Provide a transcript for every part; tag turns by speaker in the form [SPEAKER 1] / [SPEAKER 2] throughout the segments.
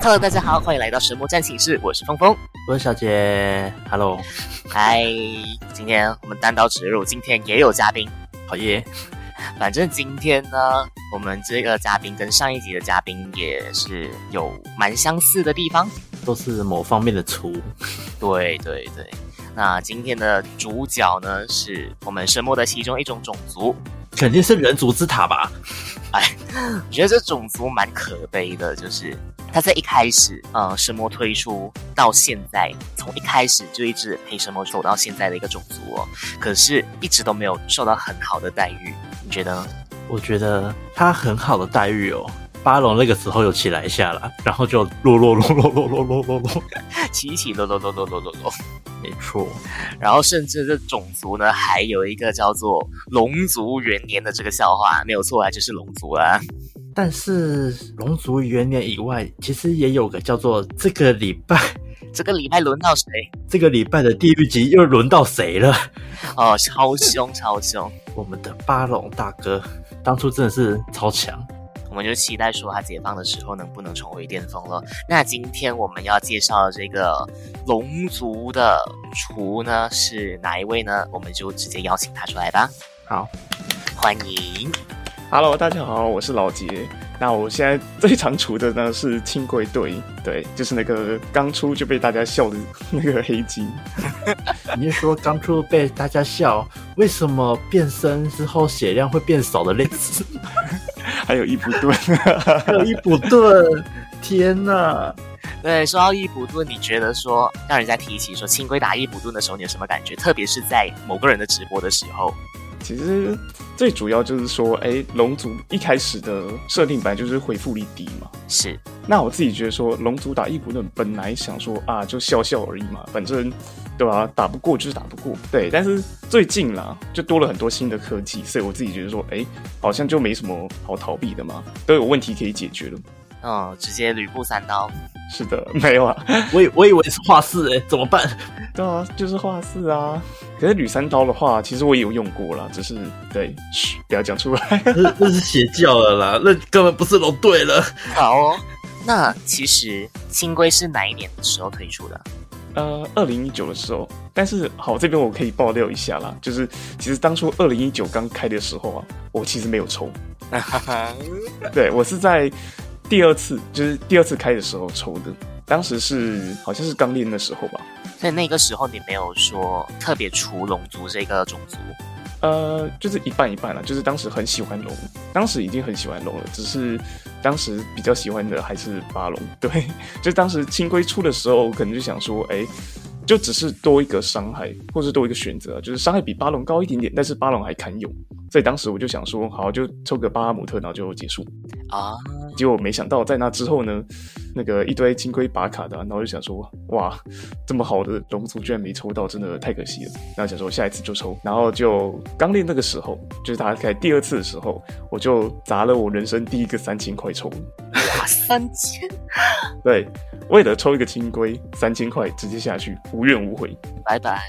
[SPEAKER 1] Hello，大家好，欢迎来到神魔战寝室，我是峰峰。
[SPEAKER 2] 温小姐，Hello，
[SPEAKER 1] 嗨，今天我们单刀直入，今天也有嘉宾。
[SPEAKER 2] 好耶！
[SPEAKER 1] 反正今天呢，我们这个嘉宾跟上一集的嘉宾也是有蛮相似的地方。
[SPEAKER 2] 都是某方面的厨，
[SPEAKER 1] 对对对，那今天的主角呢，是我们神魔的其中一种种族。
[SPEAKER 2] 肯定是人族之塔吧？
[SPEAKER 1] 我觉得这种族蛮可悲的，就是他在一开始，呃，神魔推出到现在，从一开始就一直陪神魔走到现在的一个种族哦，可是一直都没有受到很好的待遇，你觉得呢？
[SPEAKER 2] 我觉得他很好的待遇哦。巴龙那个时候有起来一下啦，然后就落落落落落落落落落，
[SPEAKER 1] 起起落落落落落落落，
[SPEAKER 2] 没错，
[SPEAKER 1] 然后甚至这种族呢，还有一个叫做龙族元年的这个笑话，没有错啊，就是龙族啊。
[SPEAKER 2] 但是龙族元年以外，其实也有个叫做这个礼拜，
[SPEAKER 1] 这个礼拜轮到谁？
[SPEAKER 2] 这个礼拜的地狱级又轮到谁了？
[SPEAKER 1] 哦，超凶超凶，
[SPEAKER 2] 我们的巴龙大哥，当初真的是超强，
[SPEAKER 1] 我们就期待说他解放的时候能不能重回巅峰了。那今天我们要介绍的这个龙族的厨呢是哪一位呢？我们就直接邀请他出来吧。
[SPEAKER 2] 好，
[SPEAKER 1] 欢迎。
[SPEAKER 3] Hello，大家好，我是老杰。那我现在最常除的呢 是轻轨队，对，就是那个刚出就被大家笑的那个黑金。
[SPEAKER 2] 你是说刚出被大家笑，为什么变身之后血量会变少的类似？
[SPEAKER 3] 还有伊普顿，
[SPEAKER 2] 还有伊普顿，天哪！
[SPEAKER 1] 对，说到伊普顿，你觉得说让人家提起说轻轨打伊普顿的时候，你有什么感觉？特别是在某个人的直播的时候，
[SPEAKER 3] 其实最主要就是说，哎，龙族一开始的设定本来就是回复力低嘛。
[SPEAKER 1] 是
[SPEAKER 3] 那我自己觉得说，龙族打伊普顿本来想说啊，就笑笑而已嘛，反正对吧、打不过就是打不过，对。但是最近啦，就多了很多新的科技，所以我自己觉得说，哎，好像就没什么好逃避的嘛，都有问题可以解决了。
[SPEAKER 1] 嗯，直接吕布三刀。
[SPEAKER 3] 是的， 没有啊，
[SPEAKER 2] 我以我以为是画室哎、怎么办？
[SPEAKER 3] 对啊，就是画室啊。可是铝三刀的话，其实我也有用过啦，只是对，嘘，不要讲出来。
[SPEAKER 2] 那那是邪教了啦，那根本不是龙队了。
[SPEAKER 1] 好哦，那其实轻轨是哪一年的时候推出的？
[SPEAKER 3] 呃，二零一九的时候，但是好，这边我可以爆料一下啦，就是其实当初二零一九刚开的时候啊，我其实没有抽，对我是在第二次，就是第二次开的时候抽的，当时是好像是刚练的时候吧，
[SPEAKER 1] 所以那个时候你没有说特别除龙族这个种族，
[SPEAKER 3] 呃，就是一半一半啦，就是当时很喜欢龙，当时已经很喜欢龙了，只是当时比较喜欢的还是巴龙。 对，就当时清规出的时候，可能就想说，哎、就只是多一个伤害，或是多一个选择，啊就是伤害比巴龙高一点点，但是巴龙还堪用，所以当时我就想说，好，就抽个巴哈姆特，然后就结束。
[SPEAKER 1] 啊，
[SPEAKER 3] 结果没想到在那之后呢，那个一堆金龟拔卡的啊、然后就想说，哇，这么好的龙族居然没抽到，真的太可惜了。然后想说下一次就抽，然后就刚练那个时候，就是大概第二次的时候，我就砸了我人生第一个三千块抽。
[SPEAKER 1] 哇，三千！
[SPEAKER 3] 对，为了抽一个金龟，三千块直接下去，无怨无悔。
[SPEAKER 1] 拜拜。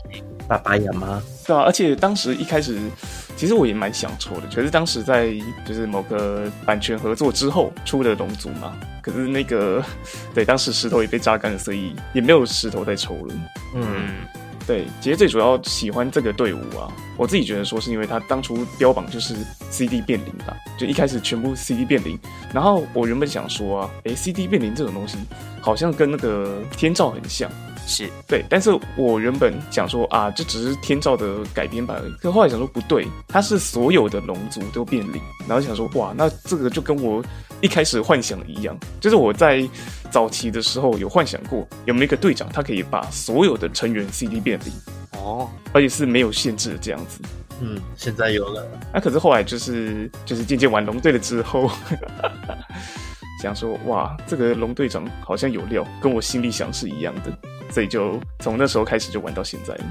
[SPEAKER 2] 爸爸呀妈，
[SPEAKER 3] 对啊，而且当时一开始，其实我也蛮想抽的，可是当时在就是某个版权合作之后出的龙族嘛，可是那个 对，当时石头也被榨干了，所以也没有石头在抽了。
[SPEAKER 2] 嗯，
[SPEAKER 1] 嗯，
[SPEAKER 3] 对，其实最主要喜欢这个队伍啊，我自己觉得说是因为他当初标榜就是 CD 变零吧，就一开始全部 CD 变零。然后我原本想说啊，诶 c d 变零这种东西好像跟那个天照很像，
[SPEAKER 1] 是
[SPEAKER 3] 对，但是我原本想说啊，这只是天照的改编版而已。可后来想说不对，它是所有的龙族都变零，然后想说哇，那这个就跟我一开始幻想的一样，就是我在早期的时候有幻想过有没有一个队长，他可以把所有的成员 CD 变零，
[SPEAKER 1] 哦，
[SPEAKER 3] 而且是没有限制的这样子。
[SPEAKER 2] 嗯，现在有了，
[SPEAKER 3] 那、可是后来就是就是渐渐玩龙队了之后， 想说哇，这个龙队长好像有料，跟我心里想是一样的，所以就从那时候开始就玩到现在了。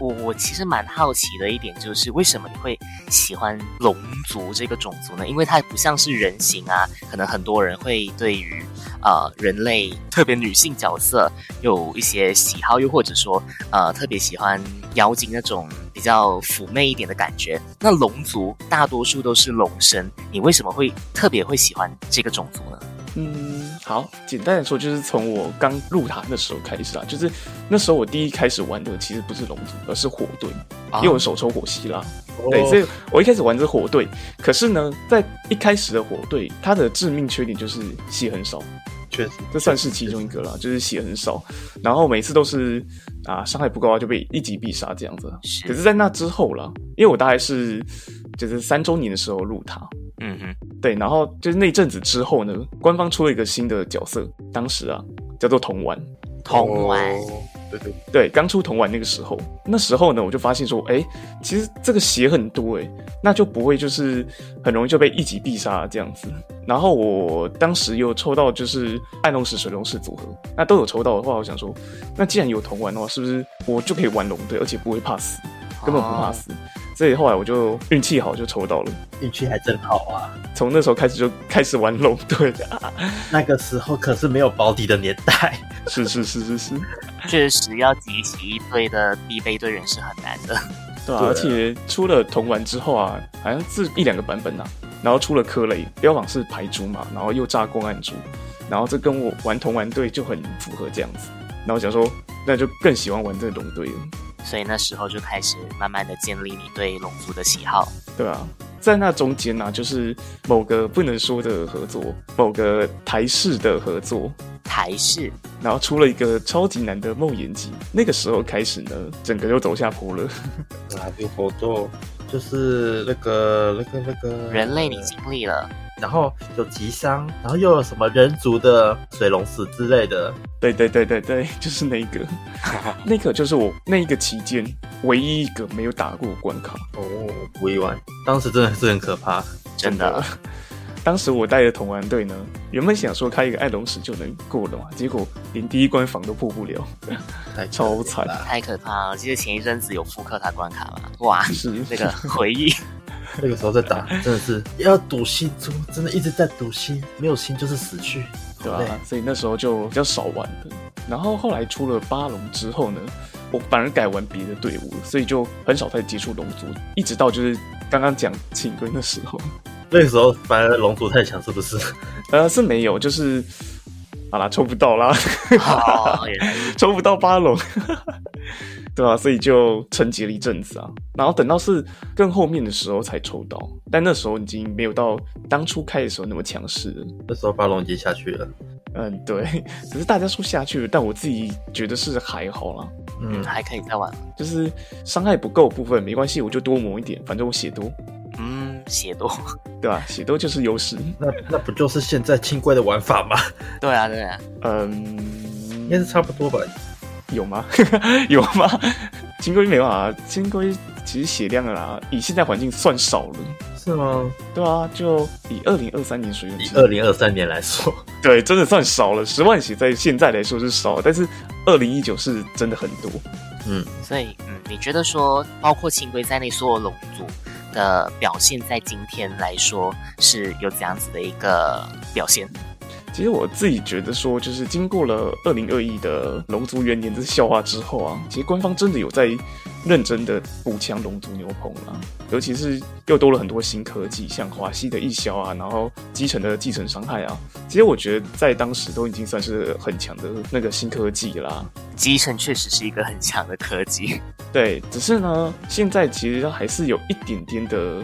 [SPEAKER 1] 我我其实蛮好奇的一点就是，为什么你会喜欢龙族这个种族呢？因为它不像是人形啊，可能很多人会对于呃人类，特别女性角色有一些喜好，又或者说呃特别喜欢妖精那种比较妩媚一点的感觉。那龙族大多数都是龙身，你为什么会特别会喜欢这个种族呢？
[SPEAKER 3] 嗯，好，简单的说就是从我刚入塔那时候开始啊，就是那时候我第一开始玩的其实不是龙族，而是火队，
[SPEAKER 1] 啊
[SPEAKER 3] 因为我手抽火系啦。
[SPEAKER 2] 哦
[SPEAKER 3] 对，所以我一开始玩的是火队，可是呢，在一开始的火队，它的致命缺点就是血很少，
[SPEAKER 2] 确实
[SPEAKER 3] 这算是其中一个啦，就是血很少，然后每次都是啊伤害不高啊就被一击必杀这样子。
[SPEAKER 1] 是
[SPEAKER 3] 可是，在那之后啦，因为我大概是就是三周年的时候入塔，
[SPEAKER 1] 嗯哼，
[SPEAKER 3] 对，然后就是那阵子之后呢，官方出了一个新的角色，当时啊叫做铜丸。
[SPEAKER 1] 同玩，
[SPEAKER 4] 哦对对，
[SPEAKER 3] 对，刚出铜丸那个时候，那时候呢，我就发现说，哎，其实这个血很多哎，那就不会就是很容易就被一击必杀这样子。然后我当时有抽到就是暗龙石、水龙石组合，那都有抽到的话，我想说，那既然有铜丸的话，是不是我就可以玩龙队，而且不会怕死，根本不怕死。所以后来我就运气好就抽到了，
[SPEAKER 2] 运气还真好啊！
[SPEAKER 3] 从那时候开始就开始玩龙队的。
[SPEAKER 2] 那个时候可是没有保底的年代，
[SPEAKER 3] 是是是是是。
[SPEAKER 1] 确实要集齐一堆的必备队员是很难的。
[SPEAKER 3] 对、啊，
[SPEAKER 2] 对啊
[SPEAKER 3] 而且出了铜丸之后啊，好像是一两个版本啊，然后出了科雷，标榜是排珠嘛，然后又炸公案珠，然后这跟我玩铜丸队就很符合这样子，然后想说那就更喜欢玩这个龙队了，
[SPEAKER 1] 所以那时候就开始慢慢的建立你对龙族的喜好。
[SPEAKER 3] 对啊。在那中间呢、啊，就是某个不能说的合作，某个台式的合作，
[SPEAKER 1] 台式
[SPEAKER 3] 然后出了一个超级难的梦魇集。那个时候开始呢，整个就走下坡了。
[SPEAKER 4] 哪部合
[SPEAKER 2] 嗯
[SPEAKER 4] 作？就是那个那个那个
[SPEAKER 1] 人类你经历了，
[SPEAKER 2] 然后有吉桑，然后又有什么人族的水龙石之类的，
[SPEAKER 3] 对对对对对， 就是那一 个，那个就是我那一个期间唯一一个没有打过关卡，
[SPEAKER 4] 哦，
[SPEAKER 2] 不意外。当时真的是很可怕，
[SPEAKER 1] 真的。
[SPEAKER 3] 当时我带的同玩队呢，原本想说开一个爱龙石就能过了嘛，结果连第一关防都破不了，
[SPEAKER 2] 太可
[SPEAKER 3] 超惨
[SPEAKER 2] 怕了
[SPEAKER 1] 太可怕了！记得前一阵子有复刻它关卡嘛？ 哇，
[SPEAKER 3] 是
[SPEAKER 1] 那个回忆，
[SPEAKER 2] 那个时候在打，真的是要赌心珠，真的一直在赌心，没有心就是死去，
[SPEAKER 3] 对
[SPEAKER 2] 好
[SPEAKER 3] 吧、
[SPEAKER 2] 累
[SPEAKER 3] 所以那时候就比较少玩的。然后后来出了巴龙之后呢，我反而改玩别的队伍，所以就很少再接触龙族，一直到就是刚刚讲庆龟那时候，
[SPEAKER 2] 那个时候反而龙族太强，是不是？
[SPEAKER 3] 呃，是没有，就是好啦，抽不到啦。
[SPEAKER 1] 哦，原来是
[SPEAKER 3] 抽不到八龙， 对啊，所以就沉寂了一阵子啊。然后等到是更后面的时候才抽到，但那时候已经没有到当初开的时候那么强势了。
[SPEAKER 2] 那时候巴龙已经下去了，
[SPEAKER 3] 嗯，对， 只是大家说下去了，但我自己觉得是还好啦，
[SPEAKER 2] 嗯
[SPEAKER 1] 嗯，，还可以再玩。
[SPEAKER 3] 就是伤害不够的部分没关系，我就多磨一点，反正我血多，
[SPEAKER 1] 嗯，血多。
[SPEAKER 3] 对吧、血多就是优势。
[SPEAKER 2] 那那不就是现在清规的玩法 吗？
[SPEAKER 1] 对啊，对啊，
[SPEAKER 3] 嗯，
[SPEAKER 2] 应该是差不多吧。
[SPEAKER 3] 有吗？有吗？ 金龟没办法，啊金龟其实血量啊，以现在环境算少了。
[SPEAKER 2] 是吗？
[SPEAKER 3] 对啊，就以二零二三年水准
[SPEAKER 2] 以
[SPEAKER 3] 之
[SPEAKER 2] 二零二三年来说，
[SPEAKER 3] 对，真的算少了，十万血在现在来说是少，但是二零一九是真的很多。
[SPEAKER 2] 嗯，
[SPEAKER 1] 所以嗯，你觉得说，包括青龟在内所有龙族的表现，在今天来说是有怎样子的一个表现？
[SPEAKER 3] 其实我自己觉得说，就是经过了二零二一的龙族元年的笑话之后啊，其实官方真的有在认真的补强龙族牛棚啊，尤其是又多了很多新科技，像华西的一消啊，然后基层的继承伤害啊，其实我觉得在当时都已经算是很强的那个新科技啦。
[SPEAKER 1] 机神确实是一个很强的科技，
[SPEAKER 3] 对，只是呢，现在其实还是有一点点的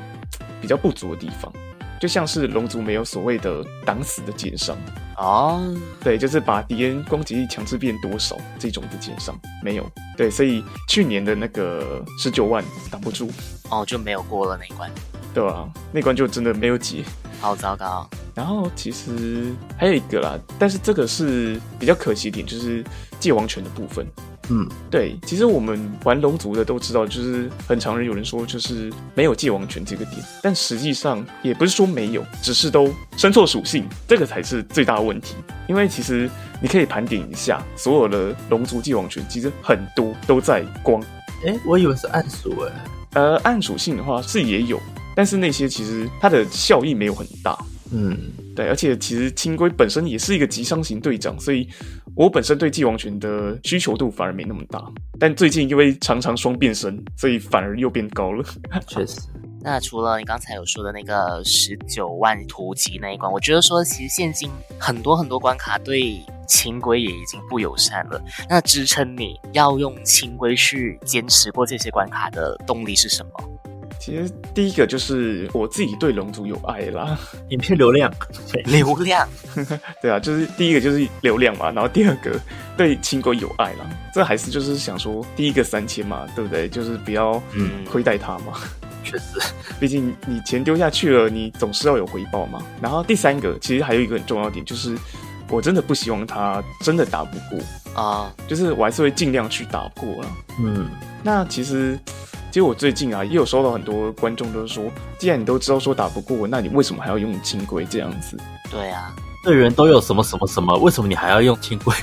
[SPEAKER 3] 比较不足的地方，就像是龙族没有所谓的挡死的减伤，
[SPEAKER 1] 哦，
[SPEAKER 3] 对，就是把敌人攻击力强制变多少这种的减伤没有，对，所以去年的那个十九万挡不住，
[SPEAKER 1] 哦，就没有过了那一关，
[SPEAKER 3] 对吧、那关就真的没有解。
[SPEAKER 1] 好糟糕，
[SPEAKER 3] 然后其实还有一个啦，但是这个是比较可惜一点，就是界王权的部分。
[SPEAKER 2] 嗯，
[SPEAKER 3] 对，其实我们玩龙族的都知道，就是很常人有人说就是没有界王权这个点，但实际上也不是说没有，只是都生错属性，这个才是最大的问题。因为其实你可以盘点一下，所有的龙族界王权其实很多都在光，
[SPEAKER 2] 哎、我以为是暗数哎、
[SPEAKER 3] 呃，暗属性的话是也有，但是那些其实它的效益没有很大。
[SPEAKER 2] 嗯，
[SPEAKER 3] 对，而且其实青龟本身也是一个极伤型队长，所以我本身对帝王拳的需求度反而没那么大。但最近因为常常双变身，所以反而又变高了。
[SPEAKER 2] 确实，
[SPEAKER 1] 那除了你刚才有说的那个十九万图集那一关，我觉得说其实现今很多很多关卡对青龟也已经不友善了。那支撑你要用青龟去坚持过这些关卡的动力是什么？
[SPEAKER 3] 其实第一个就是我自己对龙族有爱啦，
[SPEAKER 2] 影片流量，
[SPEAKER 1] 流量，
[SPEAKER 3] 对啊，就是第一个就是流量嘛，然后第二个对青龟有爱啦。这还是就是想说，第一个三千嘛，对不对？就是不要
[SPEAKER 1] 嗯
[SPEAKER 3] 亏待他嘛。
[SPEAKER 2] 确实，
[SPEAKER 3] 毕竟你钱丢下去了，你总是要有回报嘛。然后第三个，其实还有一个很重要的点，就是我真的不希望他真的打不过，
[SPEAKER 1] 啊、
[SPEAKER 3] 就是我还是会尽量去打过啦。
[SPEAKER 2] 嗯，
[SPEAKER 3] 那其实，其实我最近啊，也有收到很多观众都是说，既然你都知道说打不过，那你为什么还要用金龟这样子，
[SPEAKER 1] 对啊，
[SPEAKER 2] 队员都有什么什么什么，为什么你还要用 轻轨？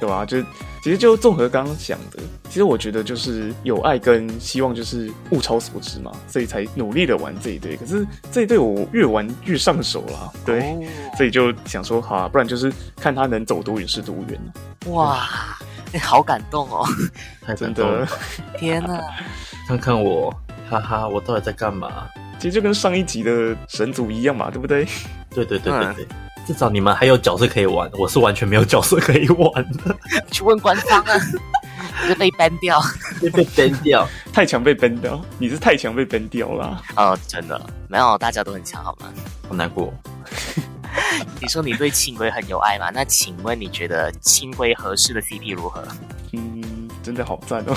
[SPEAKER 3] 对吧、就是其实就综合刚刚讲的，其实我觉得就是有爱跟希望就是物超所值嘛，所以才努力的玩这一队。可是这一队我越玩越上手啦，对。
[SPEAKER 1] 哦
[SPEAKER 3] 所以就想说，好、啊，不然就是看他能走多远是多远、啊、
[SPEAKER 1] 哦哇，好感动哦！
[SPEAKER 2] 太
[SPEAKER 3] 真
[SPEAKER 2] 感动
[SPEAKER 3] 的
[SPEAKER 1] 嗯
[SPEAKER 2] 了，，
[SPEAKER 1] 天哪，
[SPEAKER 2] 看看我，哈哈，我到底在干嘛？
[SPEAKER 3] 其实就跟上一集的神族一样嘛，对不对？
[SPEAKER 2] 对对对对对，至少你们还有角色可以玩，我是完全没有角色可以玩 的，
[SPEAKER 1] 去问官方啊， 你就被 ban 掉。
[SPEAKER 2] 被被 ban 掉。
[SPEAKER 3] 太强被 ban 掉，你是太强被 ban 掉啦。
[SPEAKER 1] 哦，真的没有，大家都很强，好吗？
[SPEAKER 2] 好难过。
[SPEAKER 1] 你说你对青龟很有爱嘛？那请问你觉得青龟合适的 CP 如何？
[SPEAKER 3] 嗯，真的好赞哦。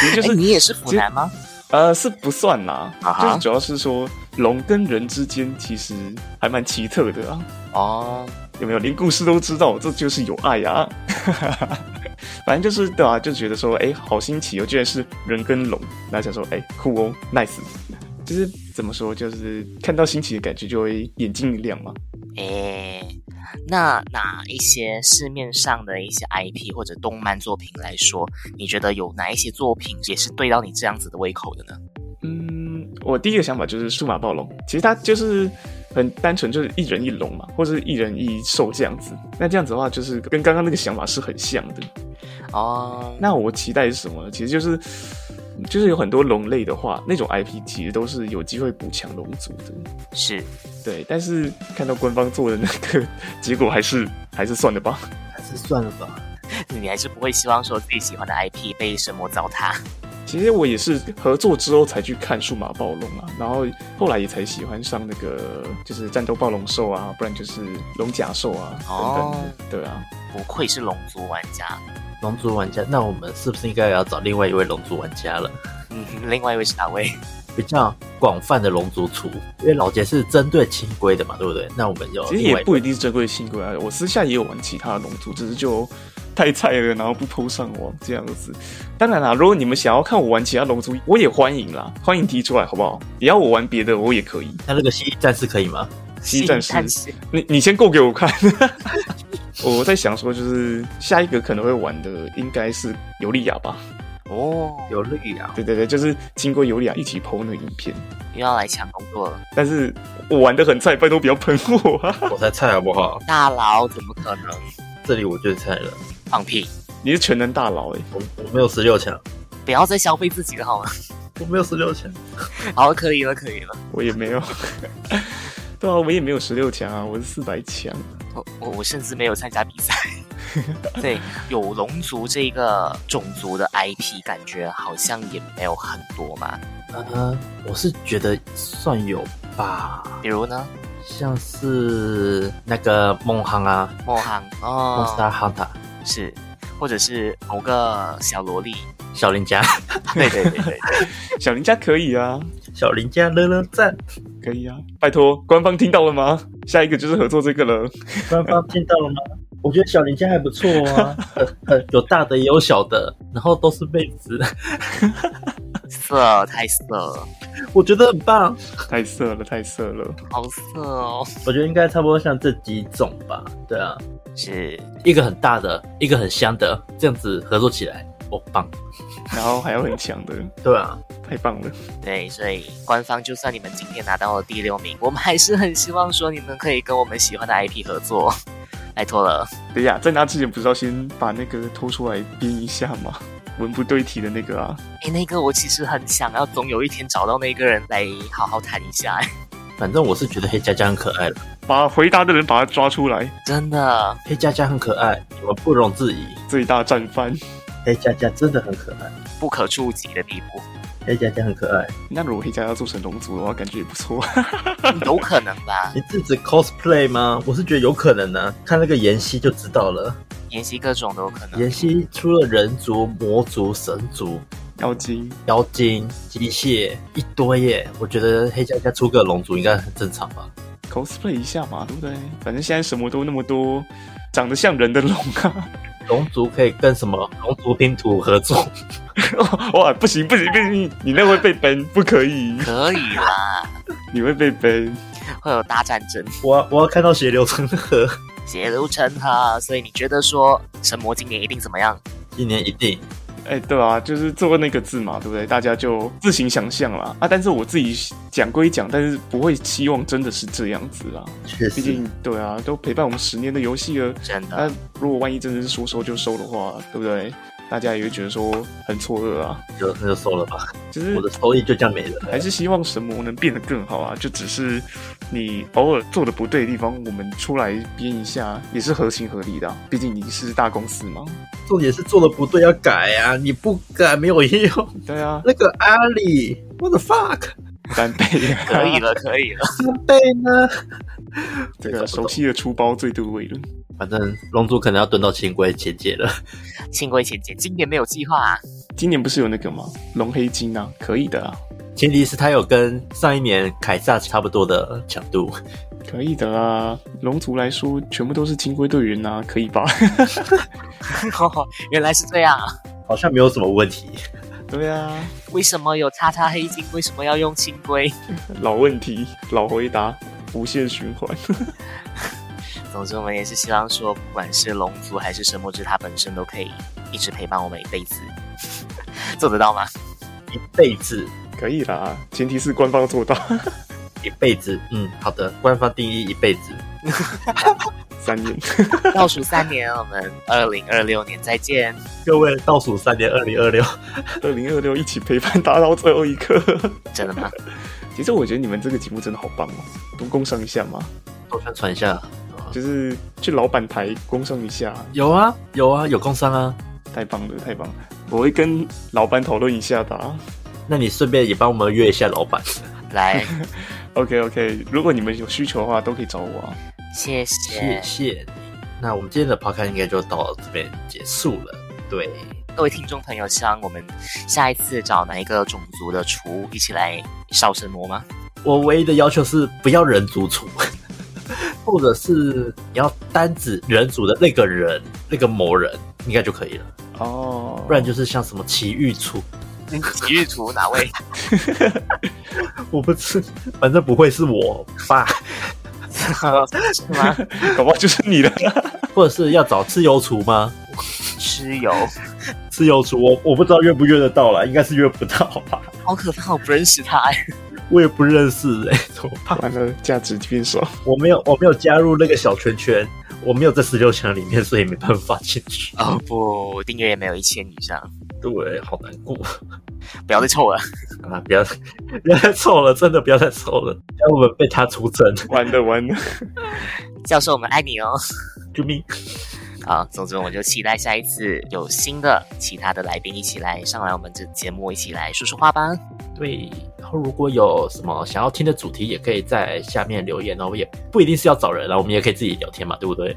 [SPEAKER 3] 其实就
[SPEAKER 1] 哎，
[SPEAKER 3] 是
[SPEAKER 1] 你也是腐男吗？
[SPEAKER 3] 呃，是不算啦，
[SPEAKER 1] 啊哈
[SPEAKER 3] 就是主要是说龙跟人之间其实还蛮奇特的啊，
[SPEAKER 1] 哦，
[SPEAKER 3] 有没有？连故事都知道，这就是有爱啊。 反正就是对啊，就觉得说，哎、好新奇哦，居然是人跟龙，然后想说，哎、酷哦，nice。就是怎么说，就是看到新奇的感觉就会眼睛一亮嘛。
[SPEAKER 1] 诶，哎那哪一些市面上的一些 IP 或者动漫作品来说，你觉得有哪一些作品也是对到你这样子的胃口的呢？
[SPEAKER 3] 嗯，我第一个想法就是数码暴龙，其实它就是很单纯，就是一人一龙嘛，或者是一人一兽这样子。那这样子的话，就是跟刚刚那个想法是很像的。
[SPEAKER 1] 哦，
[SPEAKER 3] 那我期待是什么呢？其实就是就是有很多龙类的话，那种 IP 其实都是有机会补强龙族的。
[SPEAKER 1] 是
[SPEAKER 3] 对，但是看到官方做的那个 结果，还是还是算了吧。
[SPEAKER 2] 还是算了吧。
[SPEAKER 1] 你还是不会希望说自己喜欢的 IP 被神魔糟 蹋？
[SPEAKER 3] 其实我也是合作之后才去看数码暴龙啊，然后后来也才喜欢上那个就是战斗暴龙兽啊，不然就是龙甲兽啊等等的。
[SPEAKER 1] 哦
[SPEAKER 3] 对啊，
[SPEAKER 1] 不愧是龙族玩家。
[SPEAKER 2] 龙族玩家，那我们是不是应该也要找另外一位龙族玩家了？
[SPEAKER 1] 嗯，另外一位是哪位？
[SPEAKER 2] 比较广泛的龙族厨，因为老杰是针对清规的嘛，对不对？那我们有
[SPEAKER 3] 其
[SPEAKER 2] 哦
[SPEAKER 3] 实
[SPEAKER 2] 另
[SPEAKER 3] 也
[SPEAKER 2] 外一
[SPEAKER 3] 不一定是珍贵的新规啊，我私下也有玩其他的龙族，只是就太菜了，然后不 PO 上网这样子。当然啦，如果你们想要看我玩其他龙族，我也欢迎啦，欢迎提出来好不好？也要我玩别的，我也可以。
[SPEAKER 2] 那那个蜥蜴战士可以吗？
[SPEAKER 3] 西战士
[SPEAKER 1] 探险
[SPEAKER 3] 你你先过给我看。 我在想说，就是下一个可能会玩的应该是尤利亚吧？
[SPEAKER 1] 哦，
[SPEAKER 2] 有绿啊，
[SPEAKER 3] 对对对，就是经过尤利亚一起 PO 那个影片。
[SPEAKER 1] 又要来抢工作了。
[SPEAKER 3] 但是我玩的很菜，拜托不要喷我啊！
[SPEAKER 2] 我才菜好不好？
[SPEAKER 1] 大佬怎么可能
[SPEAKER 2] 这里我最菜了，
[SPEAKER 1] 放屁？
[SPEAKER 3] 你是全能大佬哎、
[SPEAKER 2] 我我没有十六强，
[SPEAKER 1] 不要再消费自己了好吗？
[SPEAKER 2] 我没有十六强，
[SPEAKER 1] 好，可以了，可以了。
[SPEAKER 3] 我也没有。 对啊，我也没有十六强啊，我是四百强。
[SPEAKER 1] 我我我甚至没有参加比赛。 对，有龙族这个种族的 IP，感觉好像也没有很多嘛。
[SPEAKER 2] 呃，我是觉得算有吧，
[SPEAKER 1] 比如呢，
[SPEAKER 2] 像是那个梦航啊，
[SPEAKER 1] 莫航
[SPEAKER 2] 梦
[SPEAKER 1] 哦，
[SPEAKER 2] 莎哈塔，
[SPEAKER 1] 是，或者是某个小萝莉。
[SPEAKER 2] 小林家，
[SPEAKER 1] 对对对对对，
[SPEAKER 3] 小林家可以啊，
[SPEAKER 2] 小林家乐乐赞，
[SPEAKER 3] 可以啊，拜托，官方听到了吗？下一个就是合作这个了。
[SPEAKER 2] 官方听到了吗？ 我觉得小林家还不错 啊，呃呃，有大的也有小的，然后都是妹子，
[SPEAKER 1] 色太色了，
[SPEAKER 2] 我觉得很棒。
[SPEAKER 3] 太色了，太色了。
[SPEAKER 1] 好色哦。
[SPEAKER 2] 我觉得应该差不多像这几种吧。对啊，
[SPEAKER 1] 是，
[SPEAKER 2] 一个很大的，一个很香的，这样子合作起来，
[SPEAKER 5] 哦棒，
[SPEAKER 3] 然后还有很强的，
[SPEAKER 2] 对啊，
[SPEAKER 3] 太棒了！
[SPEAKER 1] 对，所以官方就算你们今天拿到了第六名，我们还是很希望说你们可以跟我们喜欢的 IP 合作，拜托了。
[SPEAKER 3] 等一下，在那之前不是要先把那个偷出来编一下吗？文不对题的那个啊，
[SPEAKER 1] 诶，那个我其实很想要，总有一天找到那个人来好好谈一下，
[SPEAKER 5] 反正我是觉得黑佳佳很可爱了，
[SPEAKER 3] 把回答的人把他抓出来，
[SPEAKER 1] 真的。
[SPEAKER 5] 黑佳佳很可爱，我们不容置疑。
[SPEAKER 3] 最大战犯。
[SPEAKER 2] 黑佳佳真的很可爱，
[SPEAKER 1] 不可触及的地步，
[SPEAKER 2] 黑佳佳很可爱，
[SPEAKER 3] 那如果黑加要做成龙族的话，感觉也不错。啊
[SPEAKER 1] 有可能吧？
[SPEAKER 2] 你是指 cosplay 吗？我是觉得有可能啊，看那个妍希就知道了。
[SPEAKER 1] 演习各种都有可能。
[SPEAKER 2] 妍希除了人族、魔族、神族、
[SPEAKER 3] 妖精，
[SPEAKER 2] 妖精、机械一堆耶，我觉得黑佳佳出个龙族应该很正常吧。
[SPEAKER 3] cosplay 一下嘛，对不对？反正现在什么都那么多，长得像人的龙啊！
[SPEAKER 2] 龙族可以跟什么龙族拼图合作？
[SPEAKER 3] 哇，不行不行不行，你那会被 ban，不可以，
[SPEAKER 1] 可以啦，
[SPEAKER 3] 你会被 ban。
[SPEAKER 1] 会有大战争，
[SPEAKER 2] 我要我要看到血流成河，
[SPEAKER 1] 血流成河。啊所以你觉得说神魔今年一定怎么样？
[SPEAKER 2] 今 年一定
[SPEAKER 3] 哎、对啊，就是做那个字嘛，对不对？大家就自行想象啦。啊，但是我自己讲归讲，但是不会期望真的是这样子啦。
[SPEAKER 2] 确
[SPEAKER 3] 毕
[SPEAKER 2] 实
[SPEAKER 3] 竟，对啊，都陪伴我们十年的游戏了，
[SPEAKER 1] 真
[SPEAKER 3] 那、
[SPEAKER 1] 的，
[SPEAKER 3] 如果万一真的是说收就收的话，对不对？大家也会觉得说很错愕啊。
[SPEAKER 2] 就那就收了吧，
[SPEAKER 3] 就是
[SPEAKER 2] 我的收益就这样没了。
[SPEAKER 3] 嗯还是希望神魔能变得更好啊，就只是你偶尔做的不对的地方，我们出来编一下也是合情合理的啊、毕竟你是大公司嘛。
[SPEAKER 2] 重点是做的不对要改啊，你不改没有用。
[SPEAKER 3] 对啊，
[SPEAKER 2] 那个阿里，what the fuck，
[SPEAKER 3] 干杯！
[SPEAKER 1] 可以，了，可以了。
[SPEAKER 2] 三倍 呢？
[SPEAKER 3] 这个啊熟悉的出包最对味了。
[SPEAKER 2] 反正龙族可能要蹲到清规前界了。
[SPEAKER 1] 幸亏浅姐今年没有计划、啊，
[SPEAKER 3] 今年不是有那个吗？龙黑金啊，可以的啊，
[SPEAKER 2] 前提是他有跟上一年凯撒差不多的强度，
[SPEAKER 3] 可以的啊。龙族来说，全部都是金龟队员啊，可以吧？
[SPEAKER 1] 原来是这样。啊！
[SPEAKER 2] 好像没有什么问题。
[SPEAKER 3] 对啊，
[SPEAKER 1] 为什么有叉叉黑金？为什么要用金龟？
[SPEAKER 3] 老问题，老回答，无限循环。
[SPEAKER 1] 总之，我们也是希望说，不管是龙族还是神魔之塔本身，都可以一直陪伴我们一辈子。 做得到吗？
[SPEAKER 2] 一辈子，
[SPEAKER 3] 可以啦，前提是官方做到
[SPEAKER 2] 一辈子，嗯，好的，官方定义一辈子。
[SPEAKER 3] 三 年。
[SPEAKER 1] 倒数三年，我们二零二六年再见。
[SPEAKER 2] 各位倒数三年，二零二六，
[SPEAKER 3] 二零二六一起陪伴他到最后一刻。
[SPEAKER 1] 真的吗？
[SPEAKER 3] 其实我觉得你们这个节目真的好棒哦，多工商一下嘛，
[SPEAKER 2] 多宣传一下。啊
[SPEAKER 3] 就是去老板台工商一下，
[SPEAKER 2] 有啊，有啊，有工商啊。
[SPEAKER 3] 太棒了，太棒了！我会跟老板讨论一下的、啊。
[SPEAKER 2] 那你顺便也帮我们约一下老板。
[SPEAKER 1] 来，
[SPEAKER 3] OK OK，如果你们有需求的话，都可以找我啊。
[SPEAKER 1] 谢
[SPEAKER 2] 谢
[SPEAKER 1] 谢
[SPEAKER 2] 谢。那我们今天的 podcast 应该就到这边结束了。对，
[SPEAKER 1] 各位听众朋友，希望我们下一次找哪一个种族的厨一起来烧神魔吗？
[SPEAKER 2] 我唯一的要求是不要人族处，或者是你要单指人族的那个人，那个某人，应该就可以了。
[SPEAKER 3] 哦，
[SPEAKER 2] 不然就是像什么奇遇处，
[SPEAKER 1] 体育厨哪 位？
[SPEAKER 2] 我不知，反正不会是我吧，
[SPEAKER 1] 是吗？
[SPEAKER 3] 搞不好就是 你了。
[SPEAKER 2] 或者是要找蚩尤厨吗？
[SPEAKER 1] 蚩尤，
[SPEAKER 2] 蚩尤厨，我我不知道约不约得到啦，应该是约不到吧，
[SPEAKER 1] 好可怕，我不认识他哎。
[SPEAKER 2] 我也不认识哎、怎么办？
[SPEAKER 3] 完了，价值变少。
[SPEAKER 2] 我没有，我没有加入那个小圈圈，我没有在十六强里面，所以没办法进去。
[SPEAKER 1] 哦不，订阅也没有一千以上，
[SPEAKER 2] 对，好难过
[SPEAKER 1] 不要再凑了。
[SPEAKER 2] 啊！不要， 不要再凑了，真的不要再凑了，要我们被他出征，
[SPEAKER 3] 完了完了，
[SPEAKER 1] 教授，我们爱你哦。
[SPEAKER 2] 救命！
[SPEAKER 1] 好，总之我们就期待下一次有新的其他的来宾一起来上来我们这节目一起来说说话吧。
[SPEAKER 2] 对，然后如果有什么想要听的主题，也可以在下面留言哦，也不一定是要找人啦，我们也可以自己聊天嘛，对不对？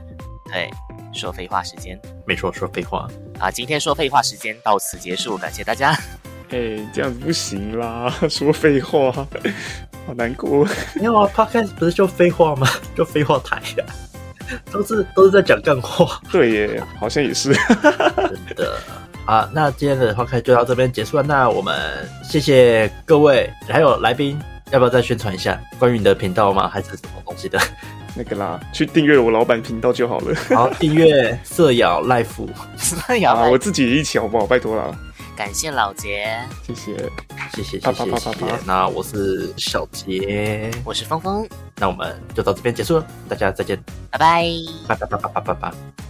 [SPEAKER 1] 对，说废话时间
[SPEAKER 2] 没错，说废话，
[SPEAKER 1] 啊，今天说废话时间到此结束，感谢大家。
[SPEAKER 3] 哎、这样子不行啦， 说废话，好难过。
[SPEAKER 2] 没有啊，Podcast 不是就废话吗？ 就废话台、都是都是在讲干话。
[SPEAKER 3] 对耶，好像也是。
[SPEAKER 2] 真的。好，那今天的 podcast 就到这边结束了。那我们谢谢各位，还有来宾，要不要再宣传一下关于你的频道吗？还是什么东西的？
[SPEAKER 3] 那个啦，去订阅我老板频道就好了
[SPEAKER 2] 然后订阅色咬赖夫，
[SPEAKER 1] 那也要
[SPEAKER 3] 啊！
[SPEAKER 1] 来
[SPEAKER 3] 我自己一起好不好？拜托啦，
[SPEAKER 1] 感谢老杰，
[SPEAKER 3] 谢谢，
[SPEAKER 2] 谢谢
[SPEAKER 3] 啪
[SPEAKER 2] 谢
[SPEAKER 3] 啪
[SPEAKER 2] 谢
[SPEAKER 3] 啪
[SPEAKER 2] 谢
[SPEAKER 3] 啪啪
[SPEAKER 2] 谢。那我是小杰，
[SPEAKER 1] 我是峰峰，
[SPEAKER 2] 那我们就到这边结束了，大家再见，
[SPEAKER 1] 拜拜。
[SPEAKER 2] 拜拜拜拜拜拜拜。